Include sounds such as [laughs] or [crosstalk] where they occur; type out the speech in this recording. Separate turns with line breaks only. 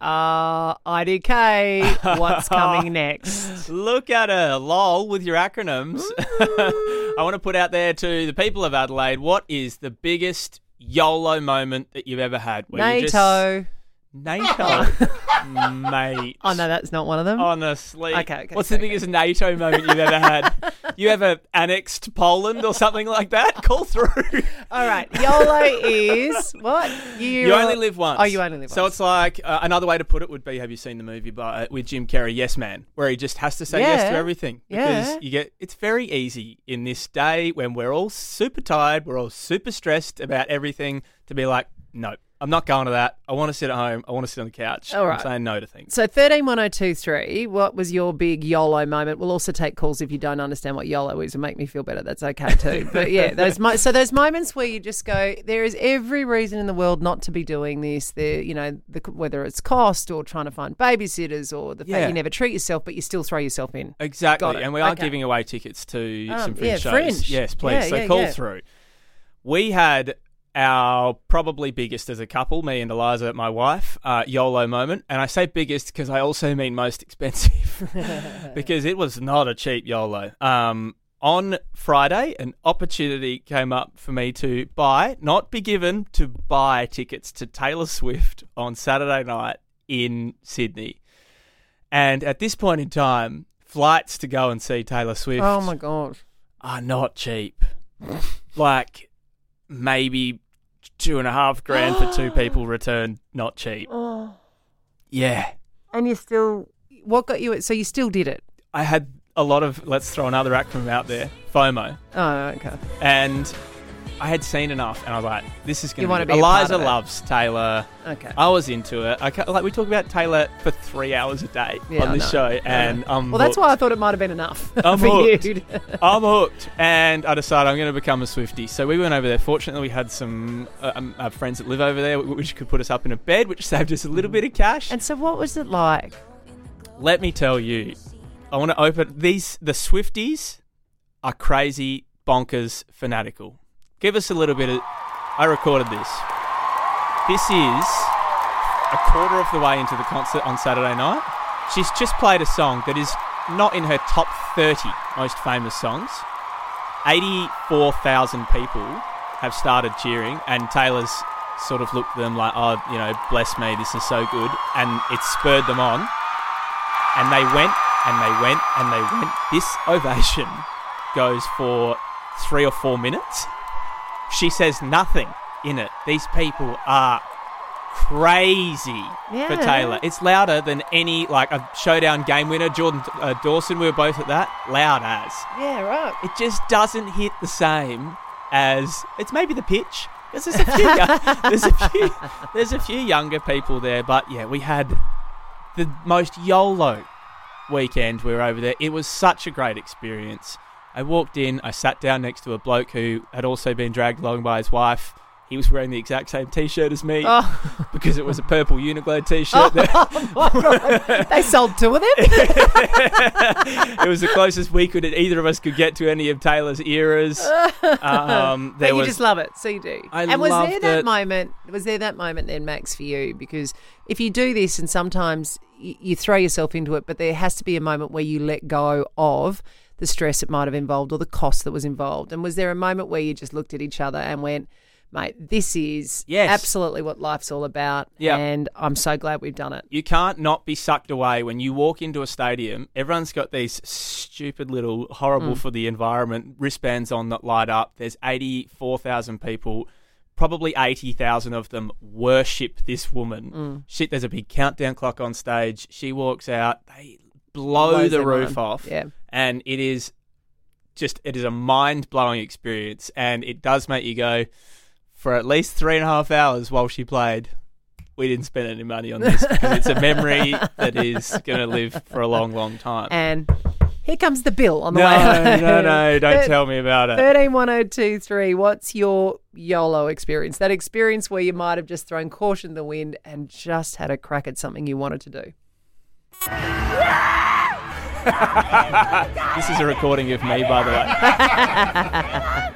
Uh, IDK, what's
[laughs]
coming next?
Look at her, lol, with your acronyms. [laughs] I want to put out there to the people of Adelaide what is the biggest YOLO moment that you've ever had? where you just-
NATO. [laughs]
[laughs] NATO. Mate.
Oh, no, that's not one of them.
Honestly.
Okay, okay,
What's
okay,
the biggest NATO moment you've
[laughs]
ever had? You ever annexed Poland or something like that? Call through.
All right. YOLO is what?
You only live once.
Oh, you only live
so
once.
it's like uh, another way to put it would be: Have you seen the movie by, uh, with Jim Carrey, Yes Man, where he just has to say yes to
Yeah.
everything because
Yeah.
you get it's very easy in this day when we're all super tired, we're all super stressed about everything to be like, no, I'm not going to that. I want to sit at home. I want to sit on the couch.
All
I'm
right.
saying no to things.
So thirteen one zero two three. What was your big YOLO moment? We'll also take calls if you don't understand what YOLO is and make me feel better. That's okay too.
[laughs]
But yeah, those mo- so those moments where you just go, there is every reason in the world not to be doing this. The you know the, whether it's cost or trying to find babysitters or the fact
Yeah.
you never treat yourself, but you still throw yourself in.
Exactly.
Got it.
And we are
Okay.
giving away tickets to
Um,
some
yeah,
fringe shows.
Fringe.
Yes, please.
Yeah,
so
yeah,
call
yeah.
through. We had our probably biggest as a couple, me and Eliza, my wife, uh, YOLO moment. And I say biggest because I also mean most [laughs]
[laughs]
expensive because it was not a cheap YOLO. Um, on Friday, an opportunity came up for me to buy, not be given, to buy tickets to Taylor Swift on Saturday night in Sydney. And at this point in time, flights to go and see Taylor Swift
Oh my god.
are not cheap. [laughs] like maybe two and a half grand for
[gasps]
two people return, not cheap.
Oh,
Yeah.
and you still what got you? So you still did it.
I had a lot of, let's throw another acronym out there, FOMO.
Oh, okay.
And I had seen enough and I was like, this is going
You wanna
to
be a part
Eliza
of it.
loves Taylor.
Okay.
I was into it. I, ca- like we talk about Taylor for three hours a day
Yeah,
on
I
this
know.
show,
I know.
and I'm
well, that's
hooked.
why I thought it might have been enough [laughs]
I'm
for you.
hooked.
to-
I'm hooked, and I decided I'm going to become a Swifty. So we went over there. Fortunately, we had some uh, um, uh, friends that live over there, wh- which could put us up in a bed, which saved us a little bit of cash.
And so, what was it like?
let me tell you, I want to open these. The Swifties are crazy, bonkers, fanatical. Give us a little bit of. I recorded this. This is a quarter of the way into the concert on Saturday night. She's just played a song that is not in her top 30 most famous songs. 84,000 people have started cheering, and Taylor's sort of looked at them like, oh, you know, bless me, this is so good. And it spurred them on. And they went and they went and they went. This ovation goes for three or four minutes. She says nothing in it. These people are crazy for
Yeah.
Taylor. It's louder than any, like, a showdown game winner. Jordan uh, Dawson, we were both at that. Loud as
Yeah, right.
[laughs] it just doesn't hit the same as it's maybe the pitch. 'Cause There's a few, yo- there's a few, there's a few younger people there, but yeah, we had the most YOLO weekend we were over there. It was such a great experience. I walked in, I sat down next to a bloke who had also been dragged along by his wife. He was wearing the exact same t-shirt as me
[laughs] Oh,
because it was a purple Uniqlo t-shirt.
[laughs]
[laughs]
they sold two of them.
it was the closest we could, either of us could get to any of Taylor's eras.
[laughs]
Um,
but
there
you
was,
just love it, so you do.
I
and was
loved
there that
it.
moment? Was there that moment then, Max, for you? Because if you do this, and sometimes y- you throw yourself into it, but there has to be a moment where you let go of the stress it might have involved or the cost that was involved. And was there a moment where you just looked at each other and went? Mate, this is
Yes.
absolutely what life's all about.
Yeah.
And I'm so glad we've done it.
You can't not be sucked away when you walk into a stadium. Everyone's got these stupid little
Mm.
horrible for the environment wristbands on that light up. There's 84,000 people. Probably 80,000 of them worship this woman.
Mm.
Shit, there's a big countdown clock on stage. She walks out. They blow
Blows
the
everyone.
roof off.
Yeah.
And it is just, it is a mind blowing experience. And it does make you go for at least three and a half hours while she played we didn't spend any money on this because it's
[laughs]
a memory that is going to live for a long, long time.
And here comes the bill on the
no,
way.
no, no, don't
[laughs] But-
tell me about it.
131023, what's your YOLO experience? That experience where you might have just thrown caution to the wind and just had a crack at something you wanted to do.
This is a recording of me, by the way.